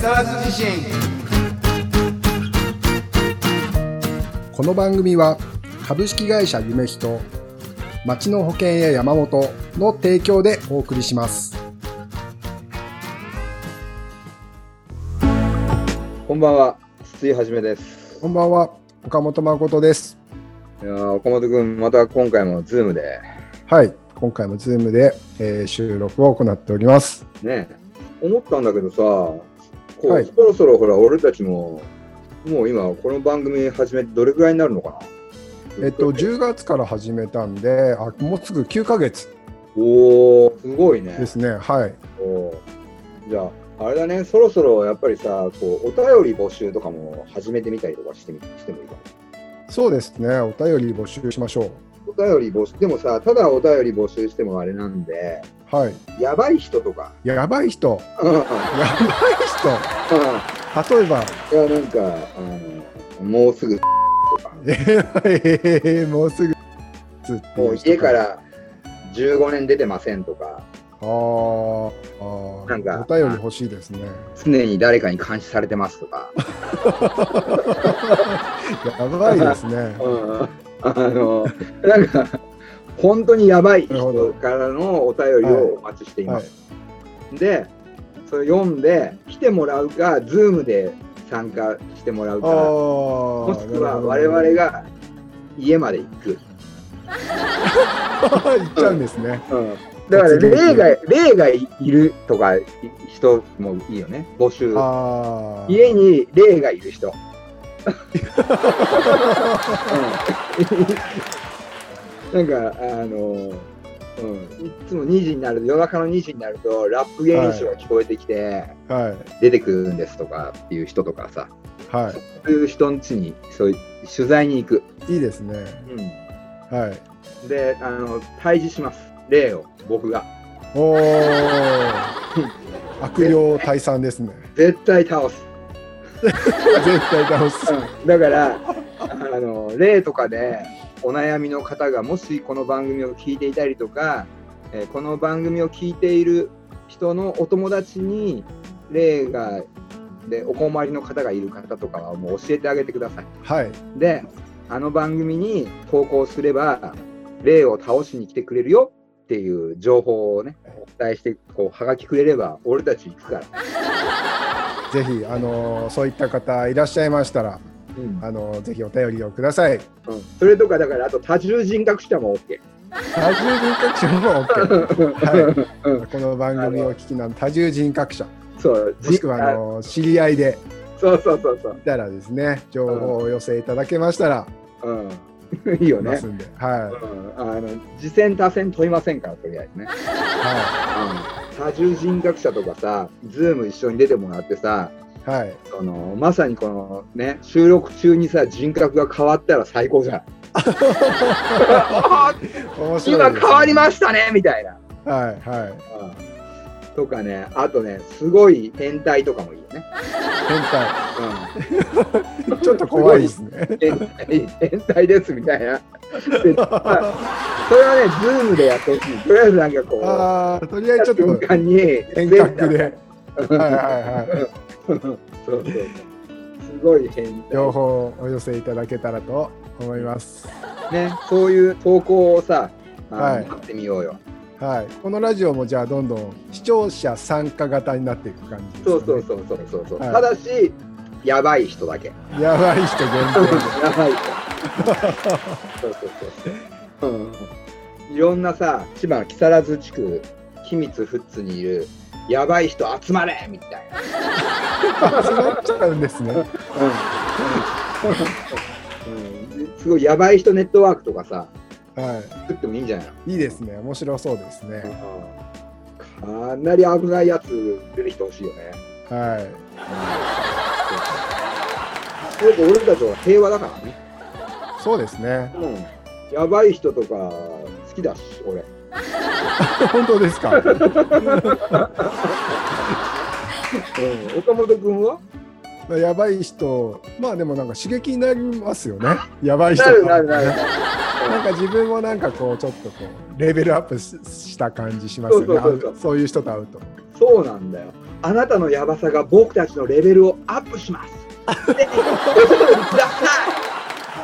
沢津地震この番組は株式会社夢人町の保険や山本の提供でお送りしますこんばんは、筒井はじめです。こんばんは岡本誠ですいやー岡本君、また今回もズームで、はい今回も Zoom で、えー収録を行っておりますね、思ったんだけどさ、こうはいそろそろほら、俺たちも、もう今、この番組始めてどれくらいになるのかなえっと10 10月から始めたんであもうすぐ9ヶ月おー、すごいね。ですねはいおーじゃあ、あれだね、そろそろやっぱりさ、こうお便り募集とかも始めてみたりとかしてみしてもいいかも。そうですねお便り募集しましょお便り募集、でもさ、ただお便り募集してもあれなんで、うはいやばい人 とか。ややばい人うんうんやばい人例えばいや、なんか、あの、もうすぐ、とか、えーもうすぐつってもいうう人家から15年出てませんとか、あーあーなんかお便り欲しいですね。常に誰かに監視されてますとか、やばいです ね。うんあの、なんか、本当にやばいなるほど人からのお便りをお待ちしています。で、それ読んで、来てもらうか、ズームで参加してもらうああか、もしくは我が々が家まで行く。 行っちゃうんですね。だから例が例がいるとかい人もいいよね募集ああ。家に霊がいる人、うん、なんかあの、うん、いつも2時になる夜中の2時になるとラップ芸人賞が聞こえてきて、はい出てくるんですとかっていう人とかさはそういう人ん家にそういう取材に行く、い。いいですね。うはい。ん、であの退治します霊を僕がお お。悪霊退散ですね。絶対倒す絶対倒す。うんだから、あの例とかでお悩みの方がもしこの番組を聞いていたりとか、えーこの番組を聞いている人のお友達に例がでお困りの方がいる方とかはもう教えてあげてください。はい。で、あの番組に投稿すれば例を倒しに来てくれるよっていう情報をね、お伝えしてこうはがきくれれば俺たち行くから。ぜひあのーそういった方いらっしゃいましたらうんあのーぜひお便りをください。うんそれとかだからあと多重人格者も OK。多重人格者も OK。うんこの番組を聞きな多重人格者そう、もしくはあのー知り合いであそうそうそうそうい、たらですね情報をお寄せいただけましたら。うん、いい よいねま。すんで、はうん、あの次戦多戦問いませんからとりあえ ずね、い、はうん、多重人格者とかさズーム一緒に出てもらってさい、はい、そのまさにこのね収録中にさ人格が変わったら最高じゃ んあー面白い今変わりまししたねみたいな、た。はい、はい、うん、とかねあとねすごい変態とかもいいよね、変うん態、ちょっと怖いです ね。変態変態ですみたいな。でまあそれはね、ズームでやってほしい。とりあえずなんかこう、ああ、とりあえやっずちたょっ瞬と間に、遠隔で、全はい、はい、はい、そうそうそう。すごい変態。情報をお寄せいただけたらと思います。ね、そういう投稿をさ、あのはいやってみようよ。はい、このラジオもじゃあどんどん視聴者参加型になっていく感じです、ね。そうそうそうそうそうそう。はいただし、やばい人だけ。やばい人限やばい人。そうそうそう。うんいろんなさ、千葉の木更津地区、君津富津にいる、やばい人集まれみたいな。定集まっちゃうんですね。うん、すごいやばい人ネットワークとかさは作ってもいいんじゃないのい、いいですね。面白そうですね。かなり危ないやつ出てきてほしいよね。はい。よく俺たちは平和だからね。そうですね。 うん、やばい人とか好きだし、俺。本当ですか。うん、岡本君はまあやばい人、まあでもなんか刺激になりますよね。やばい人なるなるなる。なんか自分もなんかこうちょっとこうレベルアップしした感じしますよね。そうそうそうそうあそういう人と会うと。そうなんだよ。あなたのやばさが僕たちのレベルをアップします。ぜひお便りくださ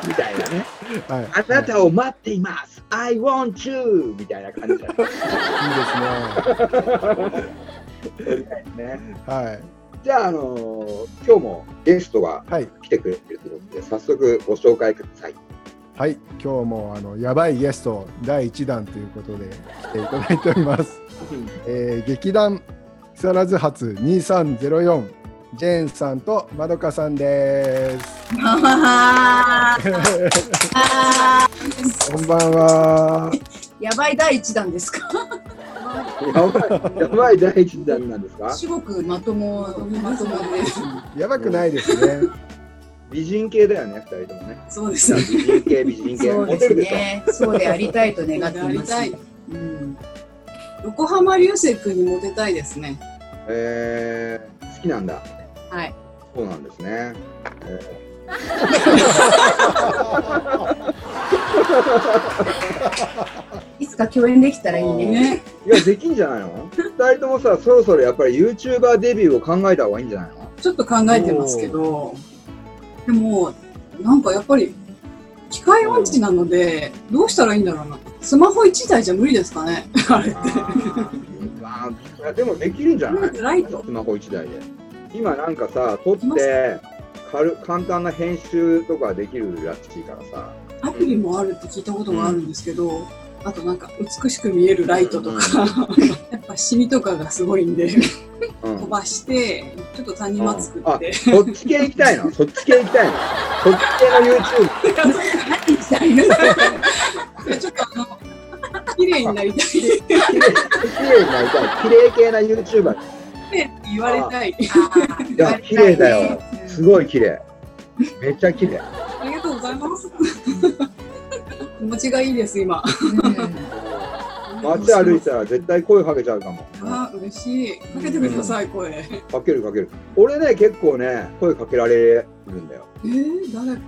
いみたいなね。はい、あなたを待っています。I want you みたいな感じだったはいいいでみたいですね。 すね。はい。じゃあ、あのー今日もゲストがはい。来てくれてるということで、早速ご紹介ください。はい。今日も、あの、やばいゲスト第1弾ということで、来ていただいております。 えー劇団、木更津発2304、ジェーンさんとまどかさんです。 あーこんばんは。やばい第一弾ですか。やばい、やばい第一弾なんですかすごくまとも、まともで。やばくないですね。美人系だよね、二人ともね。そうですね。美人系、美人 系。そうモでテするでしょ。ね。そうでありたいと願っています。うん横浜流星君にモテたいですね。えー、好きなんだ。はい。そうなんですね。えいつか共演できたらいい ね。ーいや、できんじゃないの二人ともさ、そろそろやっぱり YouTuber デビューを考えた方がいいんじゃない のちょっと考えてますけど、でも、なんかやっぱり、機械音痴なので、どうしたらいいんだろうな。スマホ1台じゃ無理ですかね、 あれって。あーいやでもできるんじゃないライト。スマホ1台で。今なんかさ、撮って、軽簡単な編集とかできるらしいからさ。アプリもあるって聞いたことがあるんですけど、あとなんか美しく見えるライトとか、 やっぱシミとかがすごいんで、うん飛ばして、ちょっと谷間作って、そっち系行きたいのそっち系行きたいのそっち系の YouTube。何したいの。ちょっとあの、綺麗になりたいって綺麗綺麗になりたい。綺麗系な YouTuber。言われたい。いや、綺麗だよ。すごい綺麗。めっちゃ綺麗。ありがとうございます。気持ちがいいです、今。街歩いたら絶対声かけちゃうかも。 あ、嬉しい。かけてください、声。えかけるかける。俺ね、結構ね、声かけられるんだよ。ー、誰、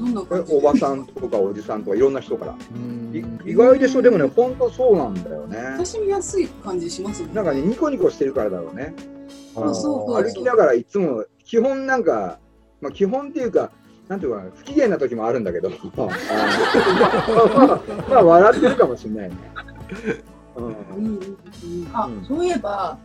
どんなこれ感じおばさんとかおじさんとかいろんな人から。うんい意外でしょでもね、ほんとそうなんだよね親。しみやすい感じしますもんなんかね、ニコニコしてるからだろうね。あのそうそうそう歩きながらいつも、基本なんか、まあ、基本っていうか、なんていうかな、不機嫌な時もあるんだけ ど、あのまあ、まあ笑ってるかもしれないね。ううんんうんうんあ、そういえば、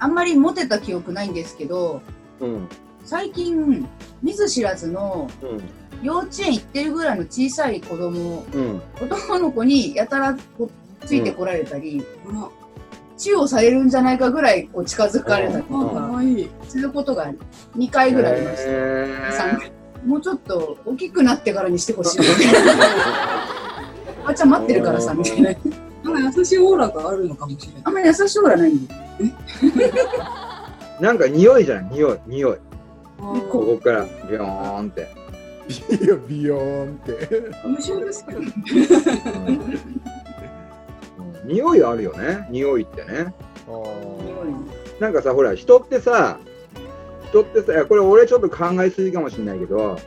あんまりモテた記憶ないんですけど、うん最近見ず知らずのうん幼稚園行ってるぐらいの小さい子供うん男の子にやたらこうついてこられたり、あチューをされるんじゃないかぐらいこう近づかれたりあ、かわいい。することが2回ぐらいありました、へーもうちょっと大きくなってからにして ほしいあちゃん待ってるからさみたいななんか優しいオーラがあるのかもしれあない。んまり優しそうがないんだよなんか匂いじゃない匂い匂いこここからビョーンって、いやビヨーンって。う無償ですけど。 うん匂いあるよね匂いってねあーなんかさほら人ってさ人ってさいやこれ俺ちょっと考えすぎかもしれないけど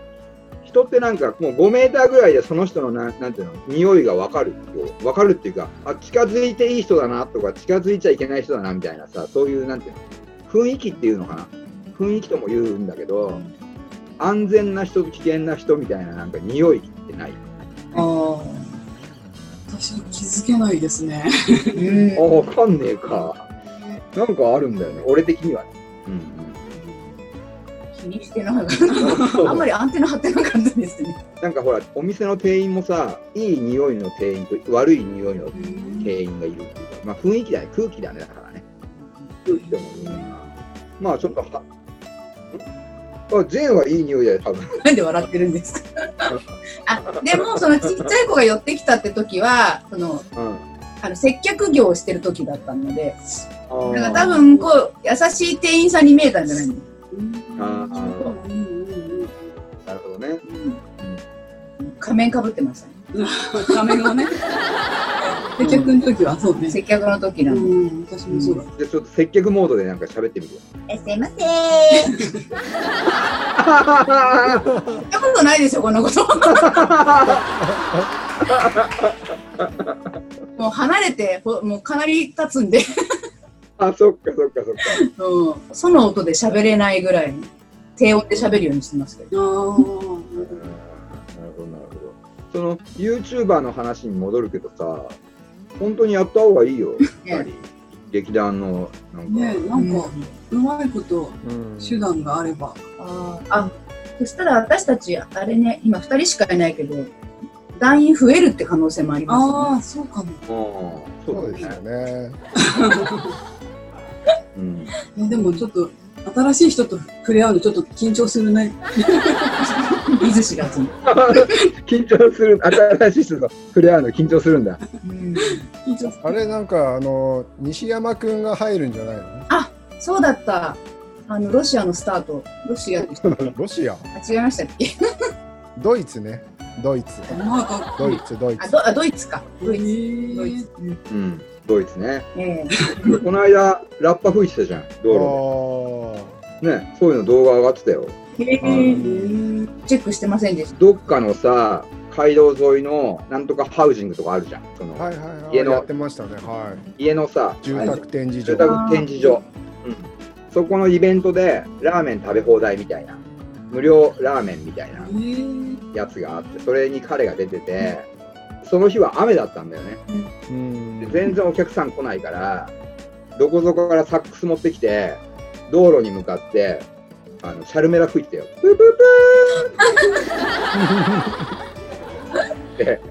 人ってなんかもう5メーターぐらいでその人のなんなんていうの匂いが分かるよ分かるっていうかあ近づいていい人だなとか近づいちゃいけない人だなみたいなさそういうなんていうの雰囲気っていうのかな雰囲気とも言うんだけど安全な人と危険な人みたいななんか匂いってないああ。私は気づけないですね。うんあわかんねえか。なんかあるんだよね、俺的にはね。気にしてなか ったあんまりアンテナ張ってなかったですねなんかほら、お店の店員もさ、いい匂いの店員と悪い匂いの店員がいるっていうか、まあ雰囲気だね、空気だね、だからね。空気でもいいな。まあちょっとは、んあ、ジェーンはいい匂いだよ、多分。なんで笑ってるんです かあでもそのちっちゃい子が寄ってきたって時はそのあの接客業をしてる時だったのでうん。だから多分こう優しい店員さんに見えたんじゃないの、うんああうんうんうんなるほどね。仮面かぶってましたね画面 がね。接客の時はそうね。接客の時なうの、ん、私もそうだ。じゃあちょっと接客モードでなんか喋ってみるよ。えすいません言ったことないでしょこんなこともう離れてほもうかなり経つんであ、そっかそっかそっか。うん、その音で喋れないぐらいの低音で喋るようにしてますけど。なるほどなるほど。その YouTuber の話に戻るけどさ、本当にやった方がいいよ。やっぱり劇団のなんか。ねえ、なんか、うまいことうん手段があれば。あーあそしたら私たちあれね今2人しかいないけど団員増えるって可能性もありますよねああ、そうかも。うんそそううでだすよよね。ね。 うん。えでもちょっと、新しい人と触れ合うのちょっと緊張するね。いずしがつに、緊張する、新しい人と触れ合うの緊張するんだ。うん、緊張すあれなんかあの西山くんが入るんじゃないそうだったあのロシアのスタートロシアでしたの？ロシア、あ違いましたっけドイツね、ドイツ、る。なんか、ドイツ、ドイ あツ。ドあドイツかドイツ、ドイイツ、うんうん。ドイツね。ええこの間、ラッパ吹いてたじゃん、あ道ー路で。ね、そういうの動画上がってたよ。チェックしてませんでしどっかのさ、街道沿いのなんとかハウジングとかあるじゃん。そのはいはいはい。家のやってましたね。はい。家のさ、住宅展示住場。宅展示場、うん、そこのイベントでラーメン食べ放題みたいな無料ラーメンみたいなやつがあってそれに彼が出てて、その日は雨だったんだよねうんで全然お客さん来ないからどこぞこからサックス持ってきて道路に向かってあのシャルメラ吹いてたよプープープーって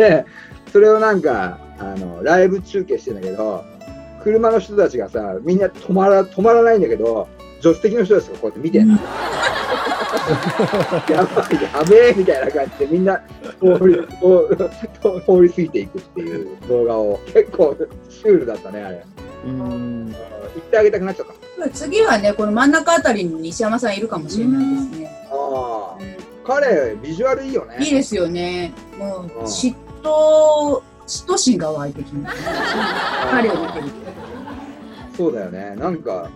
でそれをなんかあのライブ中継してんだけど車の人たちがさみんな止まら止まらないんだけど助手席の人たちがこうやって見てんの、やばいやべえみたいな感じでみんな通り通通り過ぎていくっていう動画を結構シュールだったねあれうん行ってあげたくなっちゃったた次はねこの真ん中あたりに西山さんいるかもしれないですね、ああうん彼ビジュアルいいよねいいですよね。もううん嫉妬、嫉妬心が湧いてきます。彼を見てるそうだよねなんか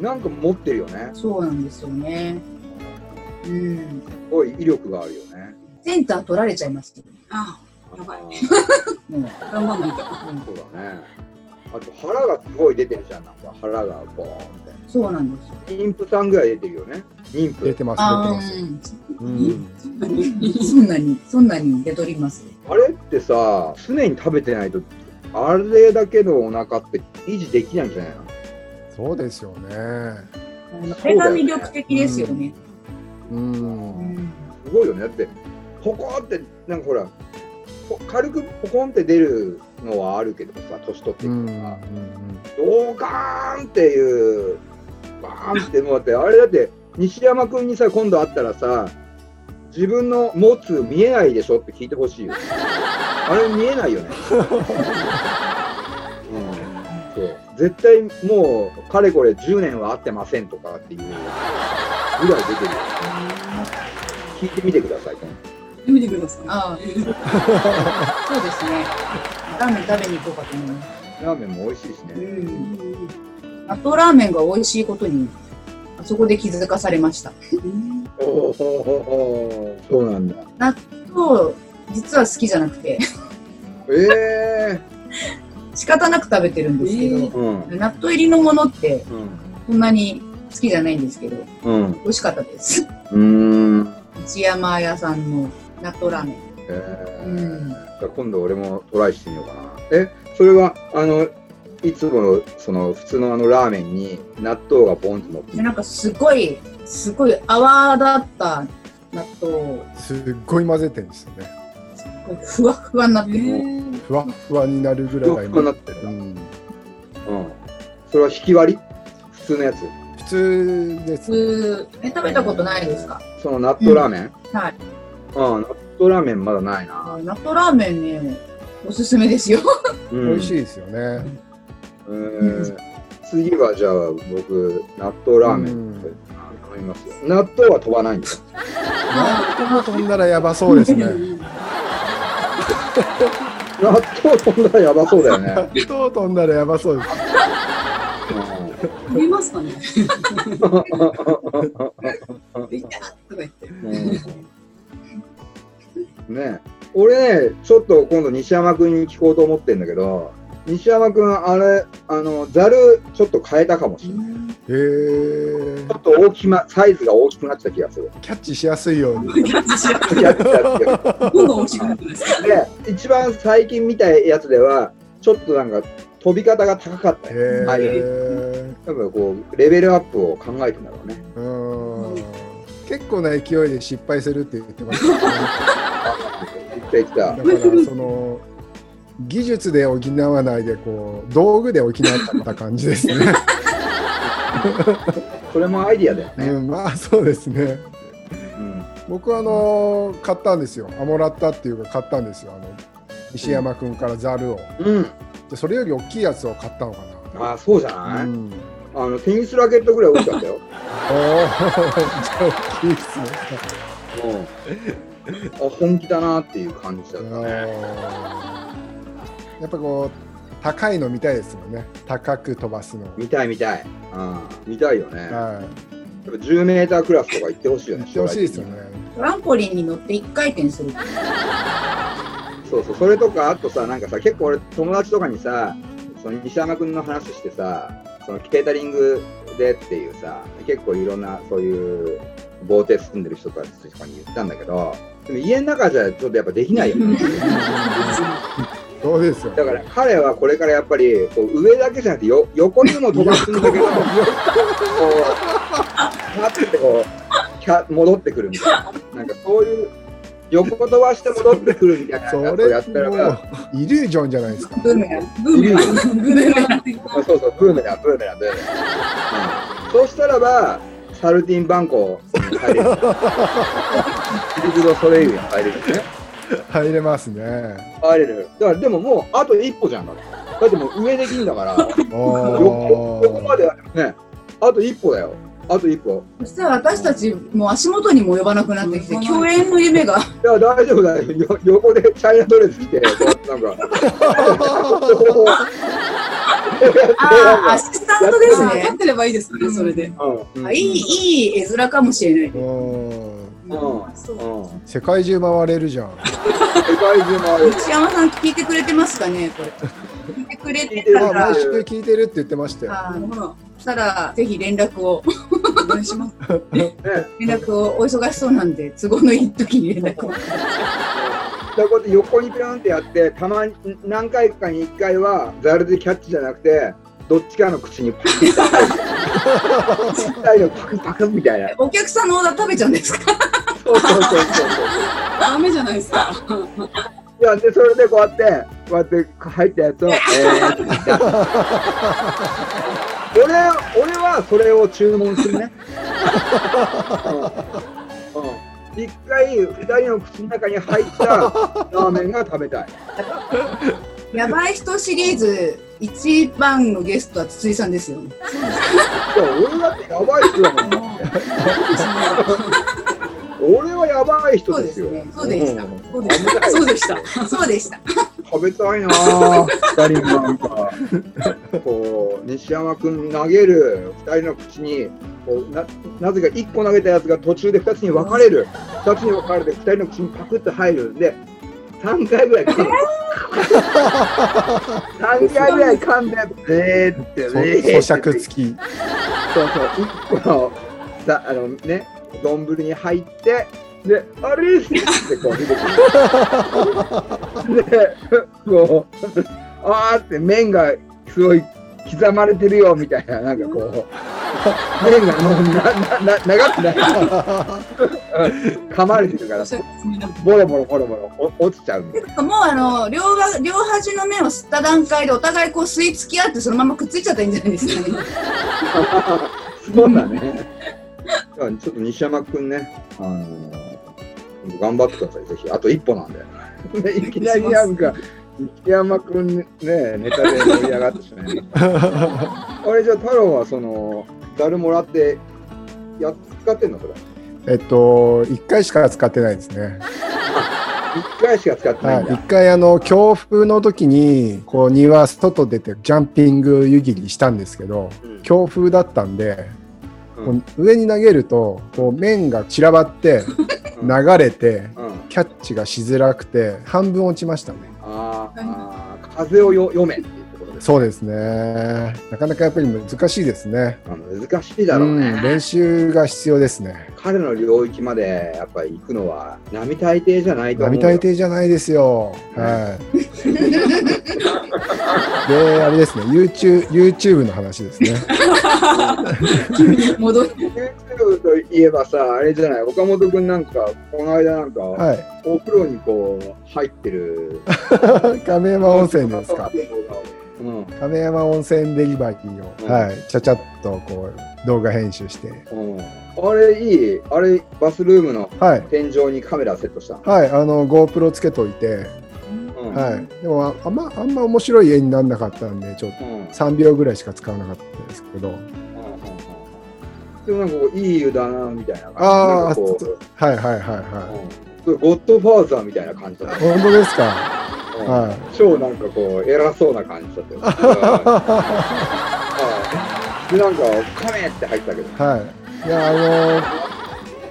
なんか持ってるよねと。そうなんですよね。うん。すごい威力があるよねセンター取られちゃいますけど。あやばあいーもう頑張んないと。そうだねあと腹がすごい出てるじゃんなんか腹がボーンってそうなんですよ。妊婦さんぐらい出てるよね妊婦出てます出てます。うんうんそんなに、そんなに出とります。あれってさ、常に食べてないと、あれだけのお腹って維持できないんじゃないのそうですよね。あのこれが魅力的ですよね。う。うんんすごいよね。だって、ポコーって、なんかほら、ぽ軽くポコンって出るのはあるけどさ、年取ってういんうくんうとさ、んドカーンっていう、バーンってもうだって、あれだって、西山君にさ、今度会ったらさ、自分の持つ見えないでしょって聞いてほしいよ。あれ見えないよね。うん、そう絶対もうかれこれ10年は会ってませんとかっていうぐらい出てるよね聞いてみてください今度見てください。ああ、そうですね。ラーメン食べに行こうかと思います。ラーメンも美味しいしうねん。あとラーメンが美味しいことに、あそこで気づかされました。おおそうなんだそう、実は好きじゃなくて。 ええ仕方なく食べてるんですけど、うん納豆入りのものってうんそんなに好きじゃないんですけどうん美味しかったですうん一山屋さんの納豆ラーメンえーうんじゃあ今度俺もトライしてみようかなえそれはあのいつものその普通のあのラーメンに納豆がボンと乗ってでなんかすごいすごい泡だった納豆をすっごい混ぜてるんですよね。こうふわふわになってる、ふわっふわになるぐらいよがく今な。ってるうんうん。それは引き割り普通のやつ。普通です。普通え食べたことないですかその納豆ラーメン、はいうん、納豆ラーメンまだないな。あ納豆ラーメンねおすすめですよ 美味しいい。ですよね。えー次はじゃあ僕、納豆ラーメンうん頼みますよ。納豆は飛ばないんですよ。納豆飛んだらやばそうですね。納豆飛んだらやばそうだよね。 納豆飛んだらやばそうです。見ますかね。できたとか言って。うんねえ俺ね、ちょっと今度西山君に聞こうと思ってんだけど、西山君、あれ、あの、ざるちょっと変えたかもしれない。へえちょっと大きま、サイズが大きくなってた気が する。キャッチしやすいようにキャッチしやすやってたんですよいどんどん美味しくなってます。で、一番最近見たやつでは、ちょっとなんか、飛び方が高かったへよ。はいえ多分こう、レベルアップを考えてんだろうね。うん結構な勢いで失敗するって言ってましたねできただ。からその技術で補わないでこう道具で補った感じですね。それもアイディアだよね。うん、まあそうですね。うん。僕はあの買ったんですよ。あもらったっていうか買ったんですよ。あの西山くんからザルを。うん。でそれより大きいやつを買ったのかああ、そうじゃな。なういん。あの、テニスラケットぐらい大きかったよ。おー大きいですね。うん。あ、本気だなっていう感じだったね。あーやっぱこう高いの見たいですよね。高く飛ばすの。見たい見たい。うん。見たいよね。はやっぱ10メータークラスとか行ってほしいい。よ行ね。ってほしいですよね。トランポリンに乗って1回転する。そうそう、それとか、あとさ、なんかさ、結構俺、友達とかにさ、その西山君の話してさ、そのケータリングでっていうさ、結構いろんなそういう豪邸住んでる人とかとかに言ったんだけど、でも家の中じゃちょっとやっぱできないよ ね。そうですよね。だから彼はこれからやっぱりこう上だけじゃなくてよ横にも飛ばすんだけど、こう、なってこうキャ、戻ってくるみたいな。なんかそういう、横飛ばして戻ってくるみたいなそやつをやれったら、もうイリュージョンじゃないですか。ブーメラン。ブーメラン、ブーメラン。あそうそう、ブーメラン、ブーメラン、ブーメラン。うんそうしたらば、サルティンバンコに入れる。シルク・ド・ソレイユに入れるよね。入れますね。入れる。だから、でももう、あと一歩じゃんだって。だってもう上できんだから、お横横まーではね、あと一歩だよ。あと一歩。そしたら私たちもう足元にも及ばなくなってきて、うん共演の夢いが。や、大丈夫だよ。よ横でチャイナドレス着て、こうなんか。こうああ、アシスタントですあね立。ってればいいですね、それで。うんあいい、いい絵面かもしれない。うんうんそううん世界中回れる じゃん。世界中回る。内山さん聞いてくれてますかね、これ。聞いてくれてたまあ、ら毎、週聞いてるって言ってましたよ。あほら、そしたら、ぜひ連絡を、お願いします。ね連絡を、お忙しそうなんで、都合のいい時に連絡を。だからこうやって横にピランってやってたまに何回かに1回はザルでキャッチじゃなくてどっちかの口にパクッ1体のパクパクみたいなお客さんのオーダー食べちゃうんですかそうそうそうそうダメじゃないですか。いやでそれでこうやってこうやって入ったやつを「えーって言った」俺俺はそれを注文するねうんうん一回二人の口の中に入ったラーメンが食べたいやばい人シリーズ、一番のゲストは筒井さんですよね。そう俺だってやばい人だもん俺はやばい人ですよ。そうですねそうでした。そうでした。そうでした。食べたいなぁ。二人もなんか。こう、西山くん投げる、二人の口に。こうななぜか一個投げたやつが途中で二つに分かれる二つに分かれて二人の口にパクッと入るんで3回ぐらい 噛んで3回ぐらい噛んで「えー」って「えそ ーって咀嚼付き。そうそう、一個の、さ、あのね、丼に入って、で、あれってこう出てくる。で、こう、あーって麺がすごい刻まれてるよみたいな、なんかこう、麺がもうな、な、な、長くない。うん噛まれてるから、ボロボロボロボロお落ちちゃうみたいな。もうあの両が両端の面を吸った段階でお互いこう吸い付き合ってそのままくっついちゃったらいいんじゃないですかね。そうだね。だからちょっと西山くんね、あのー頑張ってください、ぜひ。あと一歩なんで。で いきなりなんか、西山くんね、ネタで盛り上がってしまいました。 あれじゃあ、太郎はその、ざるもらって、やっ使ってんのそれ。えっと、一回しか使ってないですね。一回しか使ってなはいいん、だ。一回あの強風の時に、こう庭外出てジャンピング湯切りしたんですけど。うん強風だったんで、うんこう上に投げると、こう面が散らばって、 うん流れて。うんキャッチがしづらくて、半分落ちましたね。あーあー、風をよ読めっていうことですそうですね。なかなかやっぱり難しいですね。あの難しいだろうね、ん、練習が必要ですね。彼の領域までやっぱり行くのは並大抵じゃないと思う並大よ抵じゃないですよ。 はい。で、あれですね、YouTube, YouTube の話ですね。戻り YouTube といえばさあれじゃない岡本君なんかこの間なんか、はお風呂にこう入ってるい。 亀山温泉ですか。うんうん亀山温泉デリバリーを、うんはい、ちゃちゃっとこう動画編集して、あれいいあれバスルームのはい、天井にカメラセットした、はい、あの GoPro つけといて、うんはい、でもああんまあんま面白い絵にならなかったんで、ちょっとうんうん3秒ぐらいしか使わなかったんですけど、でもなんかこういい湯だなみたいな感じあーなんかこうそはいはいはいうんはすごいゴッドファーザーみたいな感じだい。った、本当ですか。うんは超なんかこう偉そうな感じだった ようんはいでなんか「カメ!」って入ったけどい、はい。いやあの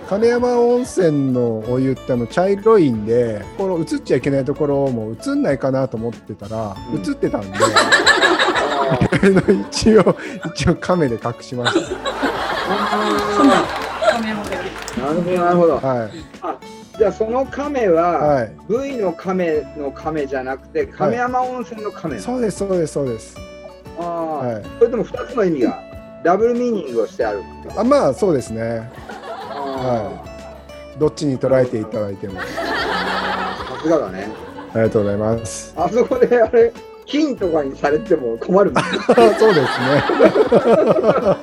金山温泉のお湯ってあの茶色いんで、この映っちゃいけないところも映んないかなと思ってたら、うん映ってたんで、あーあの一応一応カメで隠しまし画面を見てなるほどなるほどた。はい。じゃあそのカメは、はい、 V のカメのカメじゃなくて亀山温泉のカメなの、そうです、そうです、そうです。あーはい、それとも2つの意味がダブルミーニングをしてあるあ、まあ、そうですね。あどっちに捉えていただいても。あーさすがだねりがとうございます。あそこであれ金とかにされても困る もんあそうですね。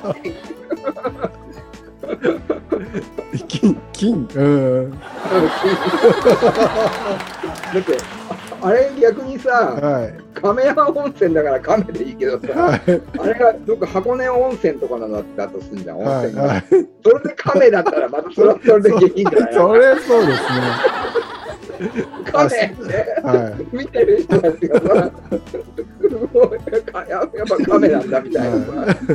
金、金、うん、だってあれ逆にさはい、亀山温泉だから亀でいいけどさはい、あれがどっか箱根温泉とかなのだったとすんじゃん温はい、泉が、はい、それで亀だったらまたそれはそれで下品じゃないそれ、そうですね。亀っては見てる人たちがさもうやっぱやっぱ亀なんだみたいない、さもうここ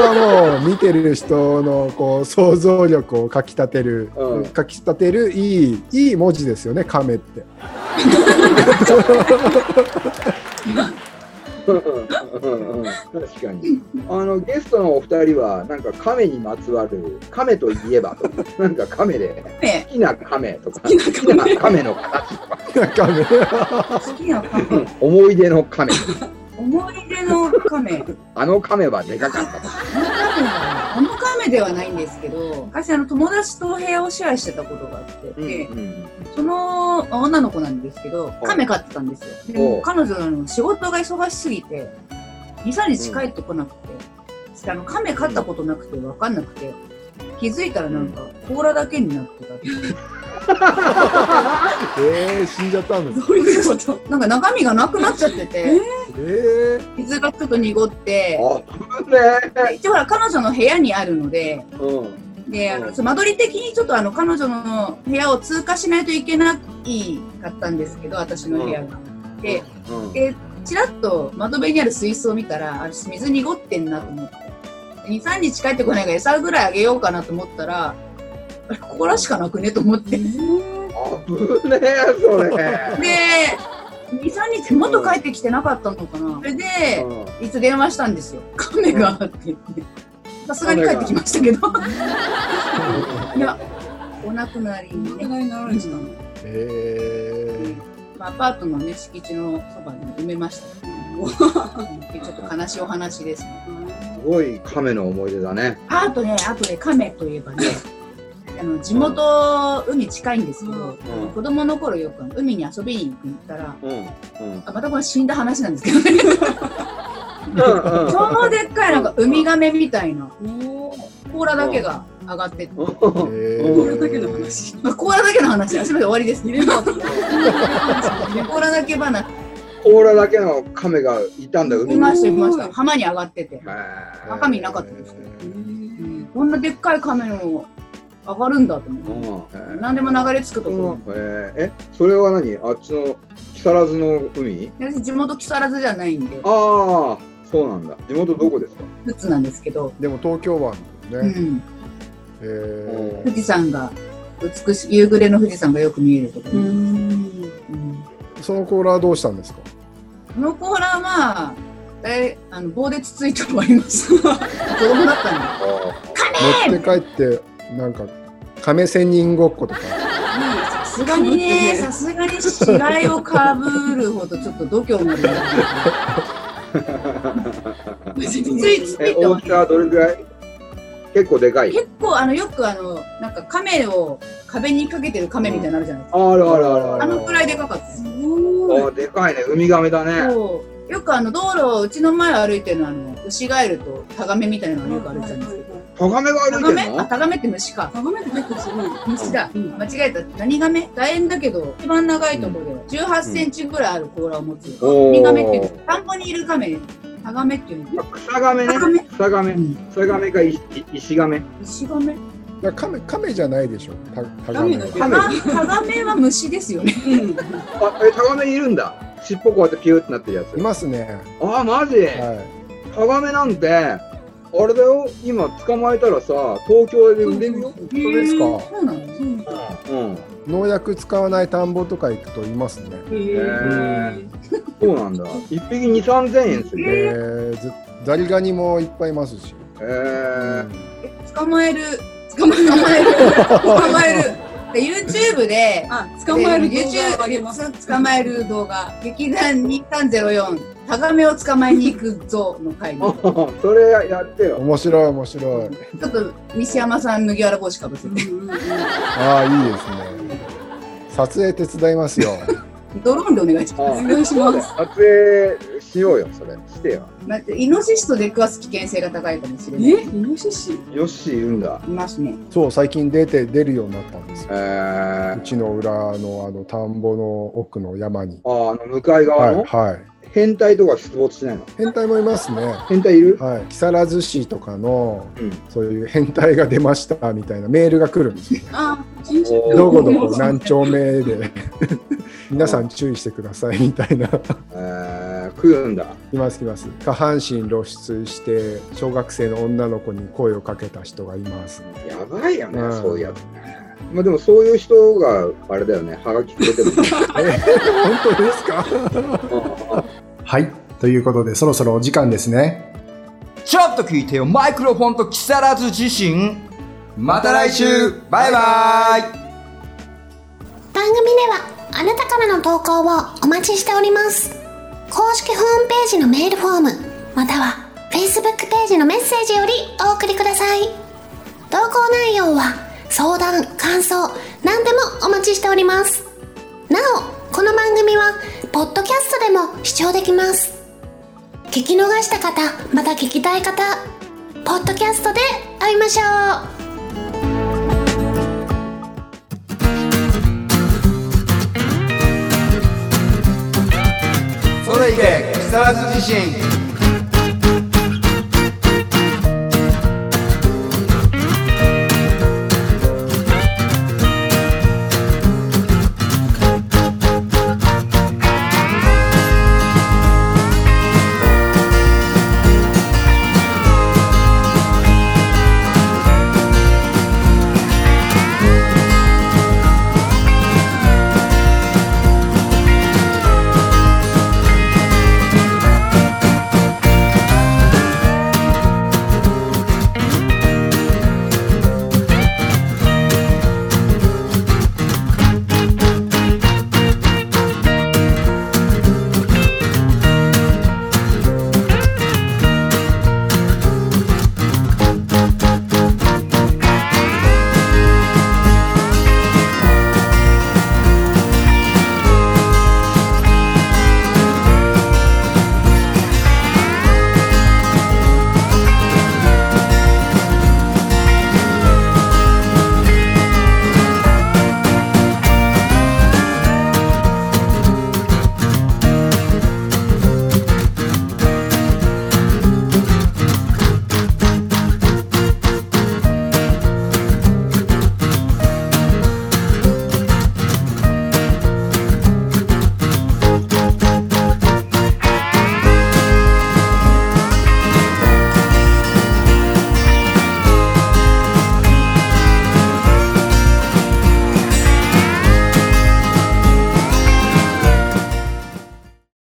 はもう見てる人のこう想像力をかきたてる、うんかきたてるいい、いい文字ですよね、亀って。うんうんうん確かにあのゲストのお二人はなんか亀にまつわる亀といえばとなんか亀で亀好きな亀とか好きな亀好きな亀の形とか亀。好きなカメ。思い出の亀思い出のカメ。あの亀はでかかったあのカメではないんですけど、昔あの友達と部屋をシェアしてたことがあって、うんでうんその女の子なんですけど、カメ飼ってたんですよ。でおうも彼女あの仕事が忙しすぎて、2、3日帰ってこなくて、あのカメ飼ったことなくて分かんなくて、気づいたらなんか甲羅だけになってた。えー、死んじゃったんですか。どういうことなんか中身がなくなっちゃってて、えー。水がちょっと濁って、あぶねえ一応ほら彼女の部屋にあるので、うんで、あのうん間取り的にちょっとあの彼女の部屋を通過しないといけなかったんですけど、私の部屋が。で、うんでちらっと窓辺にある水槽を見たら、あれ水濁ってんなと思って、2、3日帰ってこないから餌ぐらいあげようかなと思ったら、あれ、ここらしかなくねと思って。で、あぶねえそれ2、3日もっと帰ってきてなかったのかな。それで、うんいつ電話したんですよ。カメがあって言って。さすがに帰ってきましたけど。 いや、お亡くなりにね、になられてたのえまあ、アパートのね、敷地のそばに埋めました、うん ちょっと悲しいお話です、ね。すごい亀の思い出だねあとね、あとね、亀といえばね、あの地元、海近いんですけど、うん子供の頃よく海に遊びに行ったら、うんうんあまたこれ死んだ話なんですけどね、うんうん 超でっかいなんかウミガメみたいな、お甲羅だけが上がってて、ー、うえーこれだけの話まあ、甲羅だけの話、すみません、終わりです。 甲羅だけ話、甲羅だけの亀がいたんだ海いにました、いました。浜に上がってて。へ中身なかったですけどうんこんなでっかいカメの上がるんだとー思って。うん何でも流れ着くとこうろん。えーえそれは何あっちの木更津の海私、地元木更津じゃないんで、ああそうなんだ地元どこですか富津なんですけど、でも東京湾だうよね、ん、えー富士山が、美しい、夕暮れの富士山がよく見えるところ。うんんそのコーラはどうしたんですかこの甲羅は、対あの棒でつついて終わります 子供だったのに持って帰ってなんか亀仙人ごっことかさすがにねさすがに死骸をかぶるほどちょっと度胸もいらない別 つにいつえいて大きさはどれぐらい結構でかい結構あのよくあのなんか亀を壁にかけてる亀みたいになのあるじゃないですか、あるあるあるああるのくらいでかかったですあでかいねウミガメだねそうよくあの道路をうちの前を歩いてるのはあの牛ガエルとタガメみたいなのがよく歩いてたんですけどトガメがタ歩ガいてメるあのタガメって虫か鏡って結構すごい。虫だ、うん間違えた何ガメ楕円だけど一番長いところで1 8ンチぐらいある甲羅を持つおー何ガメっていうんです田んぼにいるガメタガメっていうの草ガメね鏡草ガメ草ガメかいい石ガメ虫ガメだから亀亀じゃないでしょタタガ亀メだよタガタガメは虫ですよねうん。あえタガメいるんだ尻尾こうやってピューってなってるやついますねあマジはいタガメなんてあれだよ今捕まえたらさ東京で売れるよそうですかそうなのうんうん農薬使わない田んぼとか行くといますねへーそうなんだ一匹二三千円すえるねー、ずザリガニもいっぱいいますし、えうーんえ捕まえる捕まえる捕まえるで YouTube であ、捕まえるで動画をあげ YouTube ます。捕まえる動画劇団2304タガメを捕まえに行くぞの回にあ それやってよ面白い面白いちょっと西山さん麦わら帽子かぶせてうんうんうんああいいですね撮影手伝いますよドローンでお願いしあまお願いします。撮影しようよそれしてよす。だってイノシシと出くわす危険性が高いかもしれえ、ない。イノシシ。ヨッシーいるんだいますね。そう最近出て出るようになったんですえようー、ちの裏のあの田んぼの奥の山にああの向かいは側いのはい変態とか出没しないの変態もいますね変態いるはい木更津市とかのうんそういう変態が出ましたみたいなメールが来るんですよあ、新種おーどこどこ何丁目で 皆さん注意してくださいみたいなえー、食うんだいますいます下半身露出して小学生の女の子に声をかけた人がいますやばいよね、うんそういうやつねまあでもそういう人があれだよねはがきくれてるもんね本当ですかはいということでそろそろお時間ですねちょっと聞いてよマイクロフォンと木更津自身また来週バイバイ番組ではあなたからの投稿をお待ちしております公式ホームページのメールフォームまたは Facebook ページのメッセージよりお送りください投稿内容は相談感想何でもお待ちしておりますなおこの番組はポッドキャストでも視聴できます聞き逃した方また聞きたい方ポッドキャストで会いましょうそれいけ木更津自身